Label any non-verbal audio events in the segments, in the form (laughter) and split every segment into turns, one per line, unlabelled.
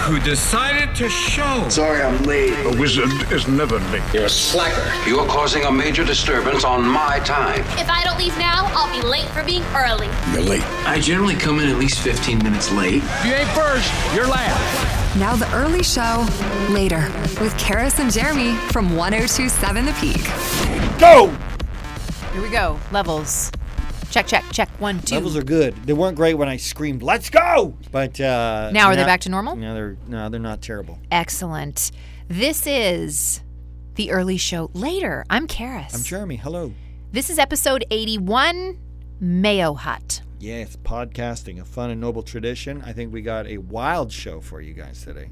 who decided to show.
Sorry I'm late.
A wizard is never late.
You're a slacker.
You're causing a major disturbance on my time.
If I don't leave now, I'll be late for being early.
You're late.
I generally come in at least 15 minutes late.
If you ain't first, you're last.
Now the early show, later, with Karis and Jeremy from 1027 The Peak.
Go!
Here we go. Levels. Check, check, check. One, two.
Levels are good. They weren't great when I screamed, "Let's go!" But uh,
Now are they back to normal?
No, they're no, they're not terrible.
Excellent. This is the early show later. I'm Karis.
I'm Jeremy. Hello.
This is episode 81 Mayo Hut.
Yes, podcasting, a fun and noble tradition. I think we got a wild show for you guys today.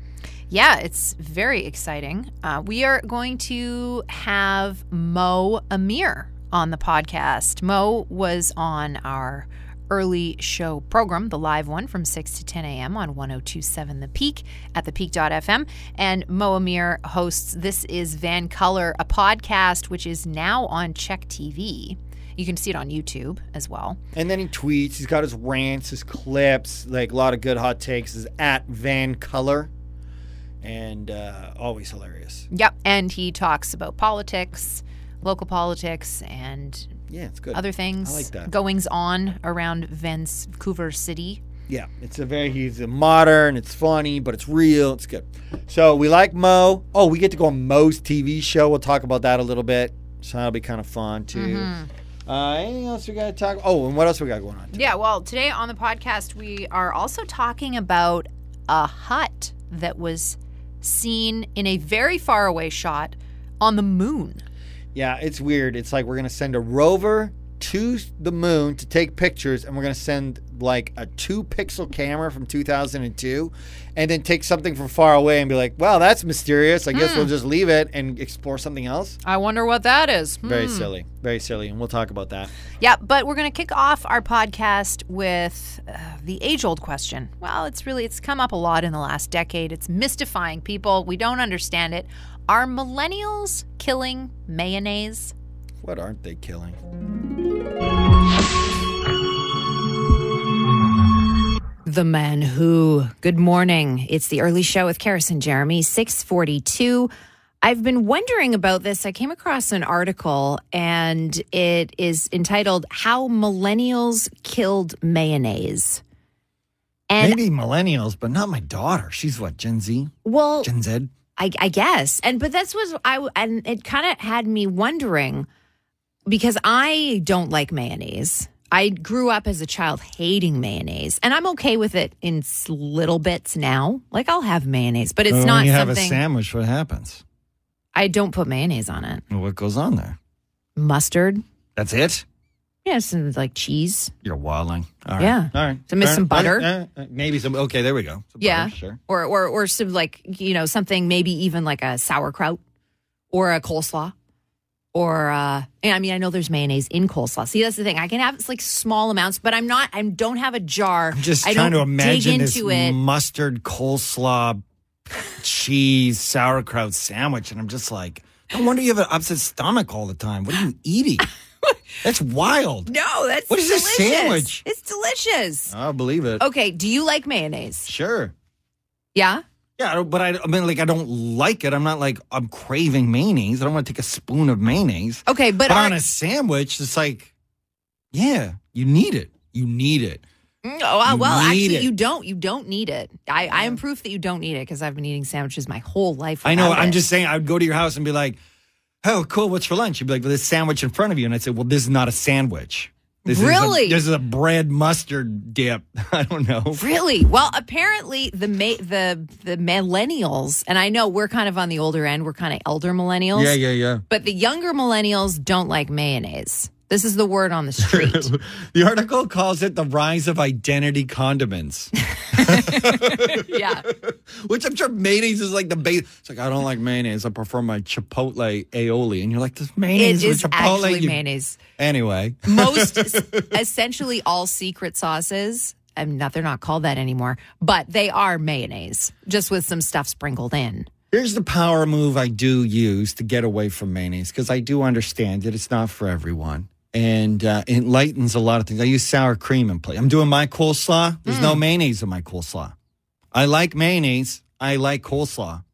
Yeah, it's very exciting. Uh, we are going to have Mo Amir on the podcast. Mo was on our early show program, the live one from 6 to 10 a.m. on 1027 The Peak at thepeak.fm. And Mo Amir hosts This Is Van Color, a podcast which is now on Czech TV. You can see it on YouTube as well.
And then he tweets. He's got his rants, his clips, like a lot of good hot takes. Is at Van Color, and uh, always hilarious.
Yep. And he talks about politics, local politics, and
Yeah, it's good.
other things,
I like that.
goings on around Vancouver City.
Yeah, it's a very he's a modern. It's funny, but it's real. It's good. So we like Mo. Oh, we get to go on Mo's TV show. We'll talk about that a little bit. So that'll be kind of fun too. Uh, anything else we got to talk? Oh, and what else we got going on? today?
Yeah, well, today on the podcast, we are also talking about a hut that was seen in a very faraway shot on the moon.
Yeah, it's weird. It's like we're gonna send a rover to the moon to take pictures, and we're gonna send like a two-pixel camera from 2002, and then take something from far away and be like, "Wow, that's mysterious. I guess we'll just leave it and explore something else."
I wonder what that is. Hmm.
Very silly. Very silly. And we'll talk about that.
Yeah, but we're going to kick off our podcast with uh, the age-old question. Well, it's really it's come up a lot in the last decade. It's mystifying people. We don't understand it. Are millennials killing mayonnaise?
What aren't they killing?
The man who. Good morning. It's the early show with Karis and Jeremy, 642. I've been wondering about this. I came across an article and it is entitled How Millennials Killed Mayonnaise. And
Maybe millennials, but not my daughter. She's what, Gen Z?
well,
Gen Z?
I, I guess. And but that's was I and it kind of had me wondering because I don't like mayonnaise. I grew up as a child hating mayonnaise, and I'm okay with it in s- little bits now. Like I'll have mayonnaise, but it's not something
sandwich, what happens?
I don't put mayonnaise on it.
What goes on there?
Mustard,
That's it?
yes, and like cheese.
You're wilding. All
Yeah.
All right.
So miss
Fair-
some butter.
uh, uh, maybe some. Okay, there we go. Some butter,
yeah,
sure.
or or or some like you know something maybe even like a sauerkraut or a coleslaw or uh and I mean I know there's mayonnaise in coleslaw. See that's the thing I can have it's like small amounts, but I'm not I don't have a jar.
I'm just
I
trying to
don't
imagine
dig
this
into it.
mustard coleslaw cheese sauerkraut sandwich, and I'm just like, no wonder you have an upset stomach all the time. What are you
(laughs)
eating? That's wild.
no, that's
What is this
delicious.
sandwich?
It's delicious.
I believe it.
Okay, do you like mayonnaise?
Sure.
Yeah.
Yeah, I don't- but I, I mean, like, I don't like it. I'm not like I'm craving mayonnaise. I don't want to take a spoon of mayonnaise.
Okay, Oh, but,
But,
are-
on a sandwich, it's like, yeah, you need it. You need it.
Mm, Oh, uh,
You
well,
need
actually,
it.
you don't. You don't need it. I, I am proof that you don't need it because I've been eating sandwiches my whole life.
I know.
without
I'm
it.
just saying, I would go to your house and be like, oh, cool. What's for lunch? You'd be like, well, this sandwich in front of you. And I'd say, well, this is not a sandwich. This
Really?
Is a, this is a bread mustard dip. (laughs) I don't know.
Really? Well, apparently the ma- the the millennials, and I know we're kind of on the older end. We're kind of elder millennials.
Yeah, yeah, yeah.
But the younger millennials don't like mayonnaise. This is the word on
(laughs)
the street.
The article calls it the rise of identity condiments,
yeah.
which I'm sure mayonnaise is like the base. It's like, I don't like mayonnaise. I prefer my Chipotle aioli. And you're like, this
It
mayonnaise with
is
Chipotle.
actually
you-
mayonnaise.
Anyway.
Most (laughs) essentially all secret sauces, I'm not they're not called that anymore, but they are mayonnaise, just with some stuff sprinkled in.
Here's the power move I do use to get away from mayonnaise because I do understand that it's not for everyone and uh, it lightens a lot of things. I use sour
Mm.
cream in place. I'm doing my coleslaw. There's no mayonnaise in my coleslaw. I like mayonnaise. I like coleslaw.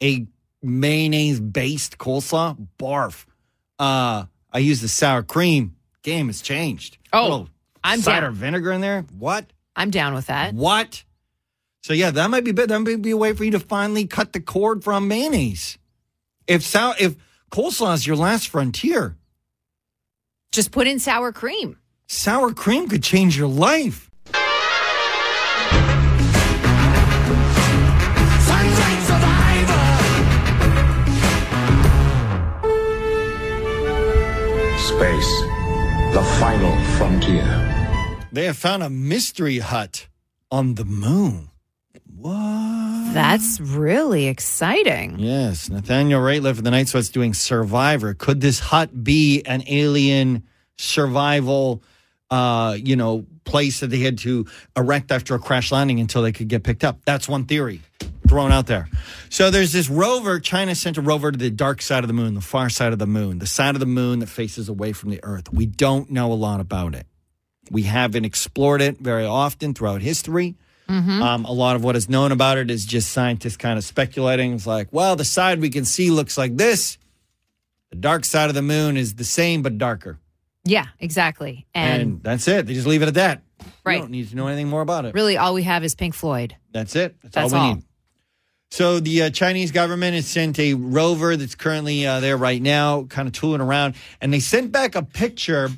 A mayonnaise based coleslaw, barf. Uh, I use the sour cream. Game has changed.
Oh,
Little
I'm
cider
down.
vinegar in there. What?
I'm down with that.
What? So yeah, that might be bit. That might be a way for you to finally cut the cord from mayonnaise. If sou- if coleslaw is your last frontier,
Just put in sour cream.
sour cream could change your life.
Space, the final frontier.
They have found a mystery hut on the moon. What?
That's really exciting.
Yes, Nathaniel Rateliff of the Night Sweats doing Survivor. Could this hut be an alien survival, uh, you know, place that they had to erect after a crash landing until they could get picked up? That's one theory thrown out there. So there's this rover. China sent a rover to the dark side of the moon, the far side of the moon, the side of the moon that faces away from the Earth. We don't know a lot about it. We haven't explored it very often throughout history.
Mm-hmm.
Um, a lot of what is known about it is just scientists kind of speculating. It's like, well, the side we can see looks like this. The dark side of the moon is the same but darker.
Yeah, exactly.
And,
And,
that's it. They just leave it at that. We
Right.
don't need to know anything more about it.
really, all we have is Pink Floyd.
That's it. That's,
That's
all we
all.
need. So the uh, Chinese government has sent a rover that's currently uh, there right now, kind of tooling around, and they sent back a picture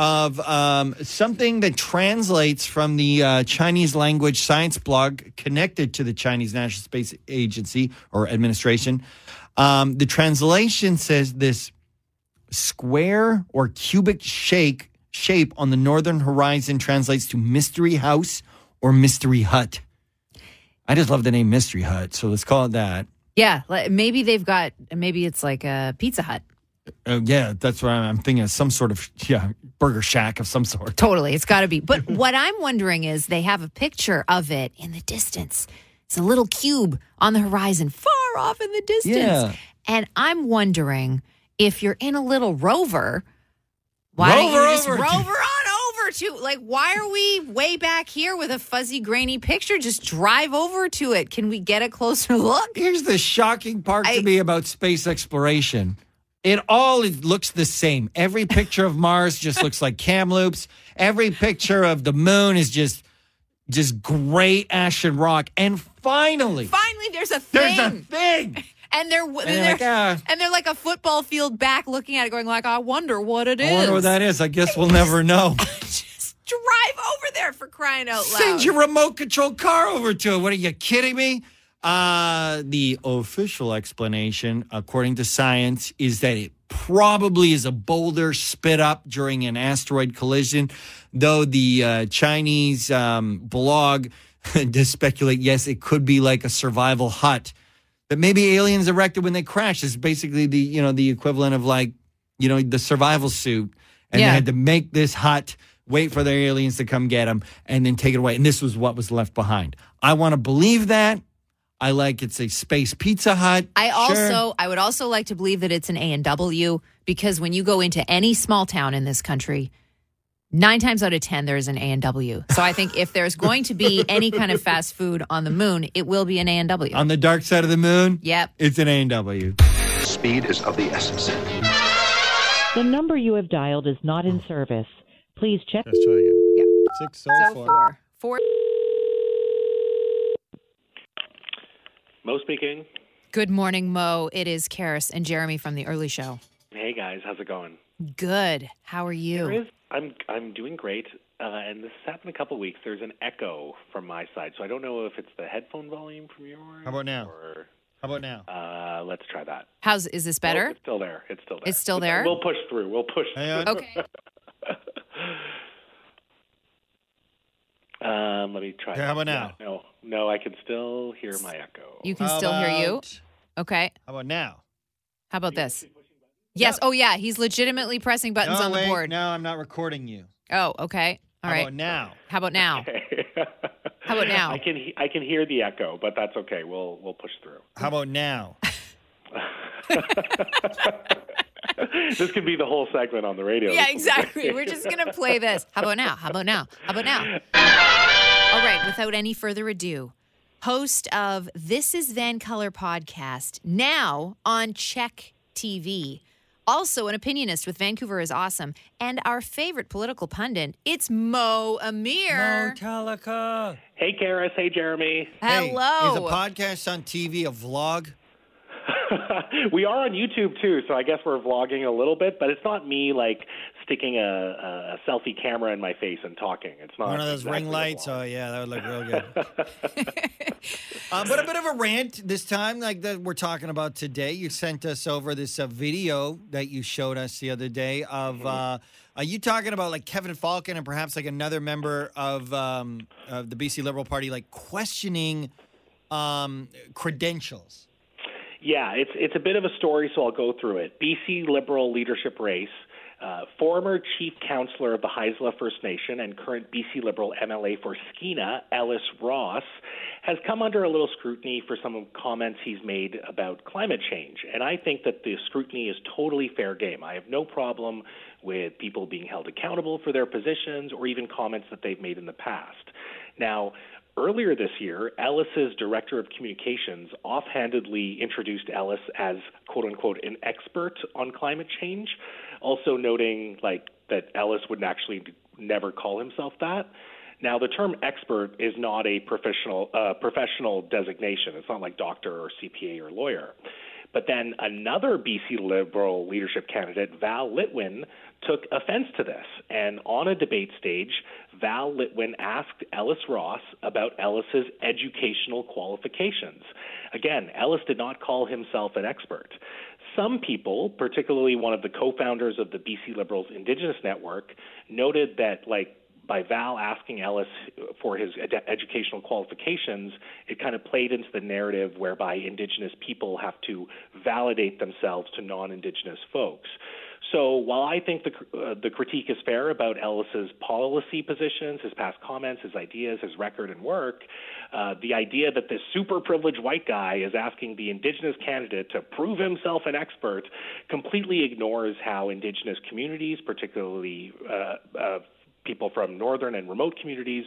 of um, something that translates from the uh, Chinese language science blog connected to the Chinese National Space Agency or administration. Um, the translation says this square or cubic shake shape on the northern horizon translates to mystery house or mystery hut. I just love the name Mystery Hut, so let's call it that.
Yeah, li- maybe they've got, maybe it's like a Pizza Hut.
Uh, yeah, that's what I'm, I'm thinking of some sort of yeah burger shack of some sort.
Totally. It's got to be.
(laughs)
But what I'm wondering is they have a picture of it in the distance. It's a little cube on the horizon, far off in the distance.
Yeah.
And I'm wondering if you're in a little rover, why don't
Rover
you just
over.
rover on over to, like, why are we way back here with a fuzzy, grainy picture? Just drive over to it. Can we get a closer (laughs) look?
Here's the shocking part
I-
to me about space exploration. It all is- looks the same. Every picture of Mars just looks like Kamloops. Every picture of the moon is just just gray ash and rock. And finally,
Finally, there's a thing.
there's a thing.
and they're, and
they're
they're,
like, "Ah."
and they're like a football field back looking at it, going like, I wonder what it is.
I wonder what that is. I guess we'll never know.
just drive over there for crying out loud.
Send your remote control car over to it. What are you kidding me? Uh, the official explanation, according to science, is that it probably is a boulder spit up during an asteroid collision, though the uh, Chinese um, blog (laughs) does speculate yes, it could be like a survival hut that maybe aliens erected when they crashed. It's basically the you know the equivalent of like you know the survival suit, and
Yeah.
they had to make this hut, wait for their aliens to come get them, and then take it away. And this was what was left behind. I want to believe that. I like it's a space Pizza Hut.
I also
Sure.
I would also like to believe that it's an A and W because when you go into any small town in this country, nine times out of ten there is an A and W. So I think if there's going to be any kind of fast food on the moon, it will be an A and W.
on the dark side of the moon.
Yep.
it's an A and W.
Speed is of the essence.
The number you have dialed is not in service. Please check.
Let's try again.
Yeah.
Six
oh
So four. Four
Mo speaking.
Good morning, Mo. It is Karis and Jeremy from the early show.
Hey guys, how's it going?
Good. How are
Oh.
There
you?
is. I'm I'm doing great. Uh, and this has happened a couple weeks. There's an echo from my side, so I don't know if it's the headphone volume from yours.
How about now?
Or,
How about now?
uh, let's try that.
How's is this
Nope,
better?
it's still there. It's still there.
It's still
But
there?
We'll push through. We'll push.
Hang on.
Okay.
Through. Um, let me try.
Okay, how
that.
about now?
Yeah, no, no, I can still hear my echo. (laughs)
You can still hear you. Okay.
How about now?
How about this? Yes. Oh yeah, he's legitimately pressing buttons on the board.
No, I'm not recording you.
Oh, okay. All
How
right.
about now?
How about now? How about now?
I can he- I can hear the echo, but that's okay. We'll we'll push through. (laughs)
How about now?
this could be the whole segment on the radio.
Yeah, exactly. We're just going to play this. How about now? How about now? How about now? All right, without any further ado, host of This is Van Color podcast, now on Check TV. Also, an opinionist with Vancouver is awesome, and our favorite political pundit. It's Mo Amir.
Metallica.
Hey, Karis. Hey, Jeremy.
Hello.
Is a podcast on TV a vlog?
(laughs) we are on YouTube too, so I guess we're vlogging a little bit, but it's not me like sticking a, a selfie camera in my face and talking. It's not
One of those
exactly
ring
a
lights.
vlog.
Oh yeah, that would look real good.
(laughs)
uh, but a bit of a rant this time, like that we're talking about today. You sent us over this uh, video that you showed us the other day
Mm-hmm.
of uh, are you talking about like Kevin Falcon and perhaps like another member of um, of the BC Liberal Party, like questioning um, credentials.
Yeah, it's it's a bit of a story, so I'll go through it. BC Liberal leadership race. Uh, former chief counselor of the Haisla First Nation and current BC Liberal MLA for Skeena, Ellis Ross, has come under a little scrutiny for some comments he's made about climate change. And I think that the scrutiny is totally fair game. I have no problem with people being held accountable for their positions or even comments that they've made in the past. Now, Earlier this year, Ellis's director of communications offhandedly introduced Ellis as "quote unquote" an expert on climate change, also noting like that Ellis would actually never call himself that. Now, the term "expert" is not a professional uh, professional designation. It's not like doctor or CPA or lawyer. But then another BC Liberal leadership candidate, Val Litwin, took offense to this. And on a debate stage, Val Litwin asked Ellis Ross about Ellis's educational qualifications. Again, Ellis did not call himself an expert. Some people, particularly one of the co-founders of the BC Liberals Indigenous Network, noted that like by Val asking Ellis for his ed- educational qualifications, it kind of played into the narrative whereby Indigenous people have to validate themselves to non-Indigenous folks. So while I think the cr- uh, the critique is fair about Ellis's policy positions, his past comments, his ideas, his record and work, uh, the idea that this super privileged white guy is asking the Indigenous candidate to prove himself an expert completely ignores how Indigenous communities, particularly uh, uh, people from northern and remote communities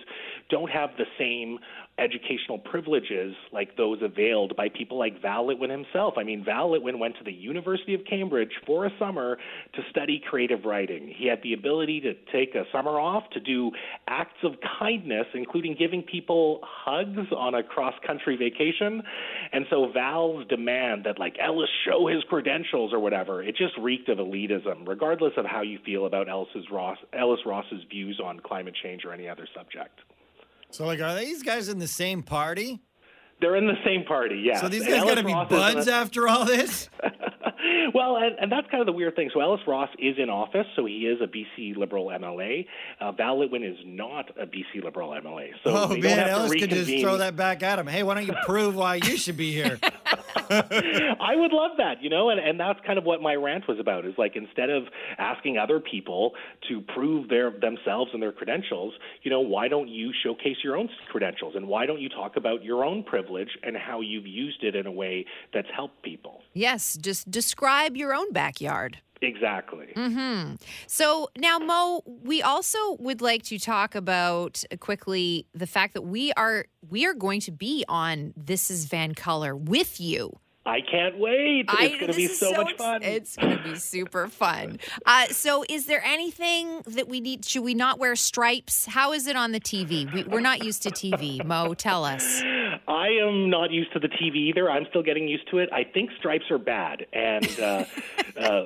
don't have the same educational privileges like those availed by people like Val Litwin himself. I mean, Val Litwin went to the University of Cambridge for a summer to study creative writing. He had the ability to take a summer off to do acts of kindness, including giving people hugs on a cross-country vacation. And so Val's demand that like Ellis show his credentials or whatever, it just reeked of elitism, regardless of how you feel about Ellis's Ross, Ellis Ross's views on climate change or any other subject.
So, like, are these guys in the same party?
They're in the same party, yeah.
So these
And
guys
Ellis
got to be
Ross is in
buds
a-
after all this?
well, and, and that's kind of the weird thing. So Ellis Ross is in office, so he is a BC Liberal MLA. Uh, Val Litwin is not a BC Liberal MLA, so
oh
they don't
man,
have
Ellis
to
could
reconvene.
just throw that back at him. Hey, why don't you prove why you should be
(laughs)
here?
I would love that, you know, and, and that's kind of what my rant was about is like instead of asking other people to prove their themselves and their credentials, you know, why don't you showcase your own credentials and why don't you talk about your own privilege and how you've used it in a way that's helped people?
yes, just describe your own backyard.
Exactly.
Mm. So now, Mo, we also would like to talk about uh, quickly the fact that we are we are going to be on This Is Van Color with you.
I can't wait.
I-
it's going to
this
be
is
so, much
ex-
fun.
It's going to be super fun. Uh, so, is there anything that we need? Should we not wear stripes? How is it on the TV? We, we're not used to TV. Mo, tell us.
I am not used to the TV either. I'm still getting used to it. I think stripes are bad, and
(laughs)
uh, uh,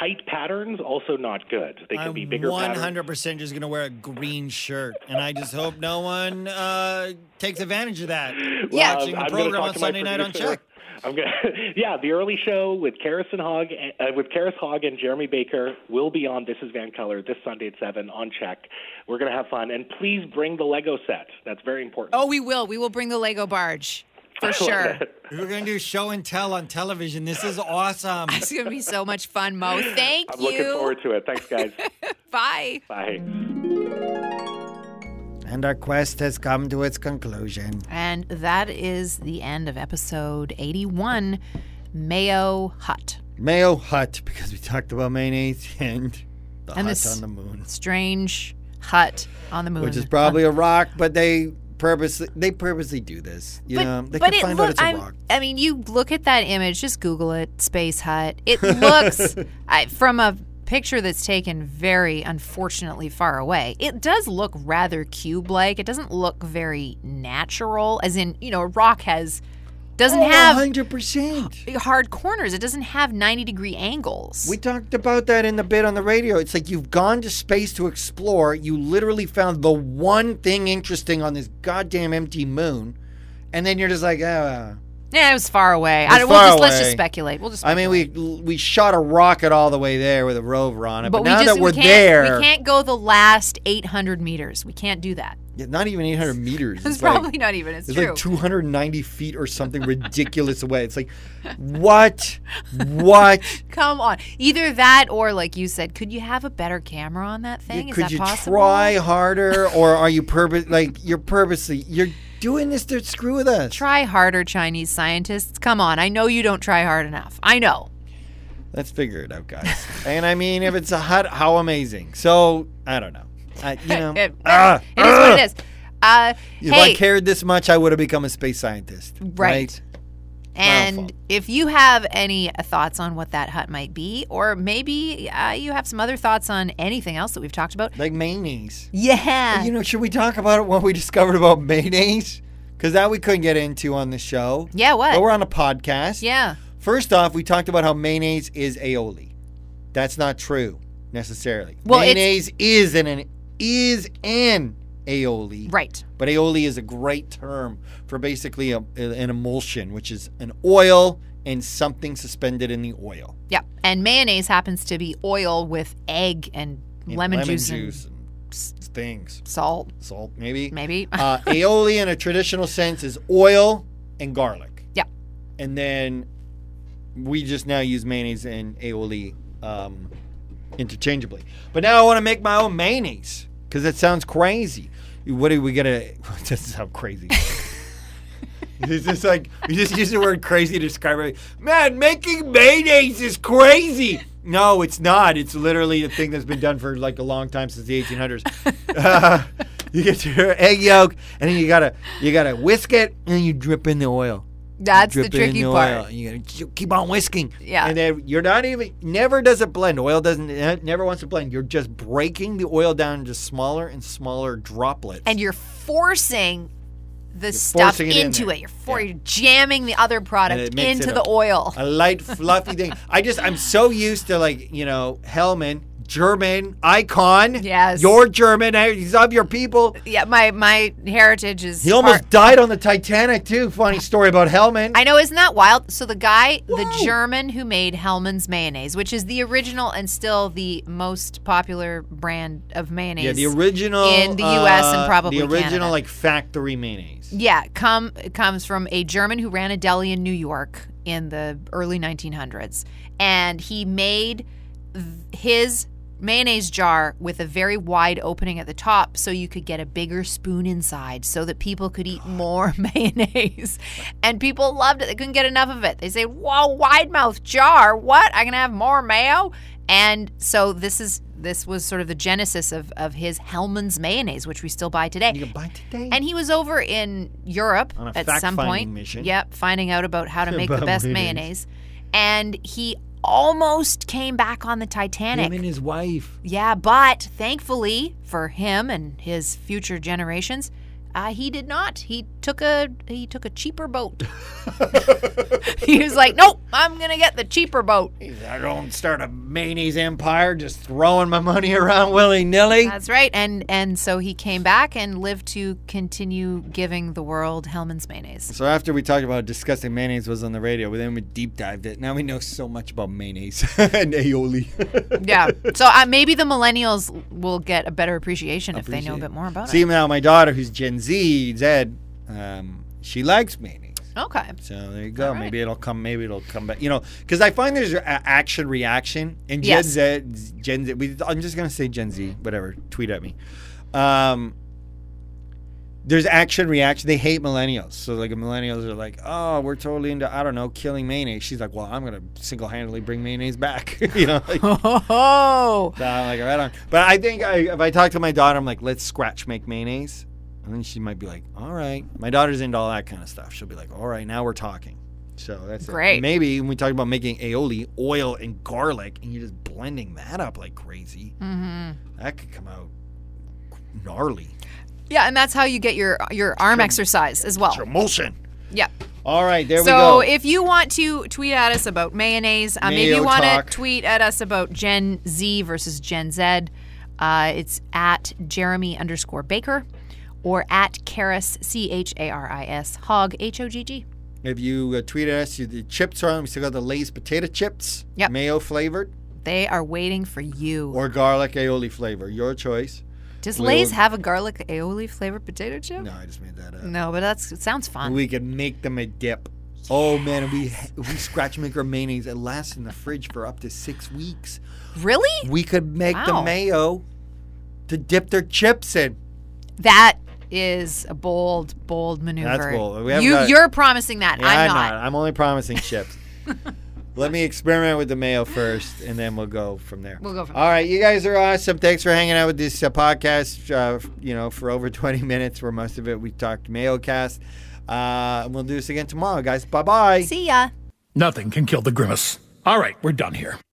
tight patterns also not good. They can
I'm
be bigger
one
patterns.
hundred percent just gonna wear a green shirt, and I just hope no one uh, takes advantage of that.
(laughs)
Yeah.
watching the
I'm gonna
program
talk
on
to my
Sunday night on
producer.
Check.
(laughs) I'm gonna, yeah, the early show with Karis and Hogg, uh, with Karis Hogg and Jeremy Baker will be on This Is Van Color this Sunday at seven on Check. We're gonna have fun, and please bring the Lego set. That's very important.
Oh, we will. We will bring the Lego barge
(laughs)
for sure.
We're gonna do show and tell on television. This is awesome.
It's going to be so much fun, Mo. Thank
I'm
you.
looking forward to it. Thanks,
(laughs)
guys.
Bye.
Bye.
And our quest has come to its conclusion.
And that is the end of episode 81 Mayo Hut.
Mayo Hut, because we talked about mayonnaise and the
And
hut
this-
on the moon,
Strange hut on the moon. (laughs)
which is probably a rock, but they
purposely they purposely do this. You
but
know, they
but
can
it
find out
look-
it's a
I'm-
rock.
I mean, you look at that image. Just Google it. Space Hut. It
(laughs)
looks I, from a picture that's taken very unfortunately far away. It does look rather cube-like. It doesn't look very natural. As in, you know, a rock has doesn't
Oh,
have
hundred percent.
hard corners. It doesn't have ninety degree angles.
(gasps) We talked about that in the bit on the radio. It's like you've gone to space to explore. You literally found the one thing interesting on this goddamn empty moon, and then you're just like, ah.
yeah, it was far away. I
It's
don't, we'll
far
just let's just
away.
speculate. We'll just.
I mean, we we shot a rocket all the way there with a rover on it, but,
but we
now
just
that we're
we can't,
there,
we can't go the last eight hundred meters. We can't do that.
Yeah, not even
(laughs)
800 meters.
It's,
like-
probably not even. It's,
It's
true.
like 290 feet or something ridiculous away. It's like,
(laughs)
what? What?
Come on. Either that or, like you said, could you have a better camera on that thing? Is
Could
that
you
possible?
try harder or are you purpose (laughs) like you're purposely you're doing this to screw with us?
Try harder, Chinese scientists. Come on. I know you don't try hard enough. I know.
Let's figure it out, guys. and I mean, if it's a hut, how amazing. So I don't know. I,
(laughs)
you know,
It- it-
ah,
it is what it is. Uh,
if
hey,
I cared this much, I would have become a space scientist.
Right.
fault.
and if you have any uh, thoughts on what that hut might be, or maybe uh, you have some other thoughts on anything else that we've talked about,
Like mayonnaise.
yeah.
You know, should we talk about what we (laughs) discovered about mayonnaise? Because that we couldn't get into on the show.
Yeah, what?
But we're on a podcast.
yeah.
First off, we talked about how mayonnaise is aioli. That's not true necessarily.
Well, it's-
mayonnaise is an, an is an aioli.
Right.
But aioli is a great term for basically a, an emulsion, which is an oil and something suspended in the oil.
Yeah. And mayonnaise happens to be oil with egg and,
And
lemon, juice,
juice and s- things.
and salt.
Salt, maybe.
Maybe.
uh, aioli in a traditional sense is oil and garlic.
Yeah.
And then we just now use mayonnaise and aioli um, interchangeably. But now I want to make my own mayonnaise because that sounds crazy. What do we (laughs) get? to That doesn't sound crazy. it's just like, we just use the word crazy to describe it. Man, making mayonnaise is crazy. No, it's not. It's literally a thing that's been done for like a long time since the 1800s. Uh, you get your egg yolk, and then you gotta you gotta whisk it, and then you drip in the oil.
That's the
Drip it in
tricky
the
part.
oil, and you gotta ju- keep on whisking.
Yeah.
And then you're not even never does it blend. Oil doesn't it never wants to blend. You're just breaking the oil down into smaller and smaller droplets.
And you're forcing the stuff
forcing it in
into
there.
it. You're, for, you're jamming the other product
And it makes
into
it
the
a- (laughs)
oil.
a light fluffy thing. I just I'm so used to like you know Hellman, German icon.
Yes.
You're German. I- He's of your people.
yeah, my my heritage is.
He almost
part-
died on the Titanic too. Funny story about Hellman.
I know, isn't that wild? So the guy, the German who made Hellman's mayonnaise, which is the original and still the most popular brand of mayonnaise.
Yeah, the original
in the U.S. and
uh,
probably
the original
Canada.
like factory mayonnaise.
Yeah, come it comes from a German who ran a deli in New York in the early 1900s, and he made th- his mayonnaise jar with a very wide opening at the top so you could get a bigger spoon inside so that people could eat more (laughs) mayonnaise and people loved it they couldn't get enough of it they say wow wide mouth jar what i can have more mayo and so this is this was sort of the genesis of of his hellman's mayonnaise which we still buy today
You can buy today.
and he was over in Europe
On a
at
fact-finding
some point.
mission.
Yep, finding out about how to make the
About
best
mayonnaise.
mayonnaise. And he almost came back on the Titanic.
him and his wife.
yeah, but thankfully for him and his future generations, uh, he did not. He took a he took a cheaper boat. (laughs) he was like, "Nope, I'm gonna get the cheaper boat."
I don't start a mayonnaise empire just throwing my money (laughs) around willy nilly.
That's right. And and so he came back and lived to continue giving the world Hellman's mayonnaise.
So after we talked about discussing mayonnaise was on the radio, but then we deep dived it. Now we know so much about mayonnaise (laughs) and aioli.
yeah. So uh, maybe the millennials will get a better appreciation if they know a bit more about
See
it.
now, my daughter, who's Gen Z, Zed, um, she likes mayonnaise.
Okay.
So there you go.
right.
Maybe it'll come. Maybe it'll come back. You know, because I find there's a action reaction and Gen
Yes.
Z. Gen Z. We, I'm just gonna say Gen Z. Whatever. Tweet at me. Um, there's action reaction. They hate millennials. So like millennials are like, oh, we're totally into I don't know killing mayonnaise. She's like, well, I'm gonna single handedly bring mayonnaise back. (laughs) you know. like-
Oh.
so I'm like, right on. But I think I, if I talk to my daughter, I'm like, let's scratch make mayonnaise.
And then she might be like, all right. My daughter's into all that kind of stuff. She'll be like, all right, now we're talking. So that's it.
Great.
Maybe when we talk about making aioli, oil and garlic, and you're just blending that up like crazy,
Mm-hmm.
that could come out gnarly.
Yeah, and that's how you get your your arm exercise as well.
Emulsion.
Yep.
All right, there
So
we go.
if you want to tweet at us about mayonnaise, um, if
Mayo
you want
talk.
to tweet at us about Gen Z versus Gen Z, uh, it's at Jeremy underscore Baker or at Karis, C H A R I S, Hog, H O G G.
If you uh, tweet at us, you, the chips are on. We still got the Lay's potato chips,
Yep.
mayo flavored
They are waiting for you.
or garlic aioli flavor, your choice.
Does
we'll-
Lay's have a garlic aioli flavored potato chip?
No, I just made that up.
No, but that's it sounds fun.
We could make them a dip. Oh man, we we scratch make our mayonnaise. It lasts in the fridge for up to six weeks.
really?
We could make
Wow.
the mayo to dip their chips in.
That is a bold, bold maneuver.
bold. We haven't
you,
got-
you're promising that. I'm not.
I'm only promising
(laughs)
chips. Let me experiment with the mayo first, and then we'll go from there.
We'll go from
All right, you guys are awesome. Thanks for hanging out with this uh, podcast. Uh, f- you know, for over (laughs) 20 minutes, where most of it we talked mayo cast. Uh, and we'll do this again tomorrow, guys. Bye bye.
See ya.
Nothing can kill the grimace. All right, we're done here.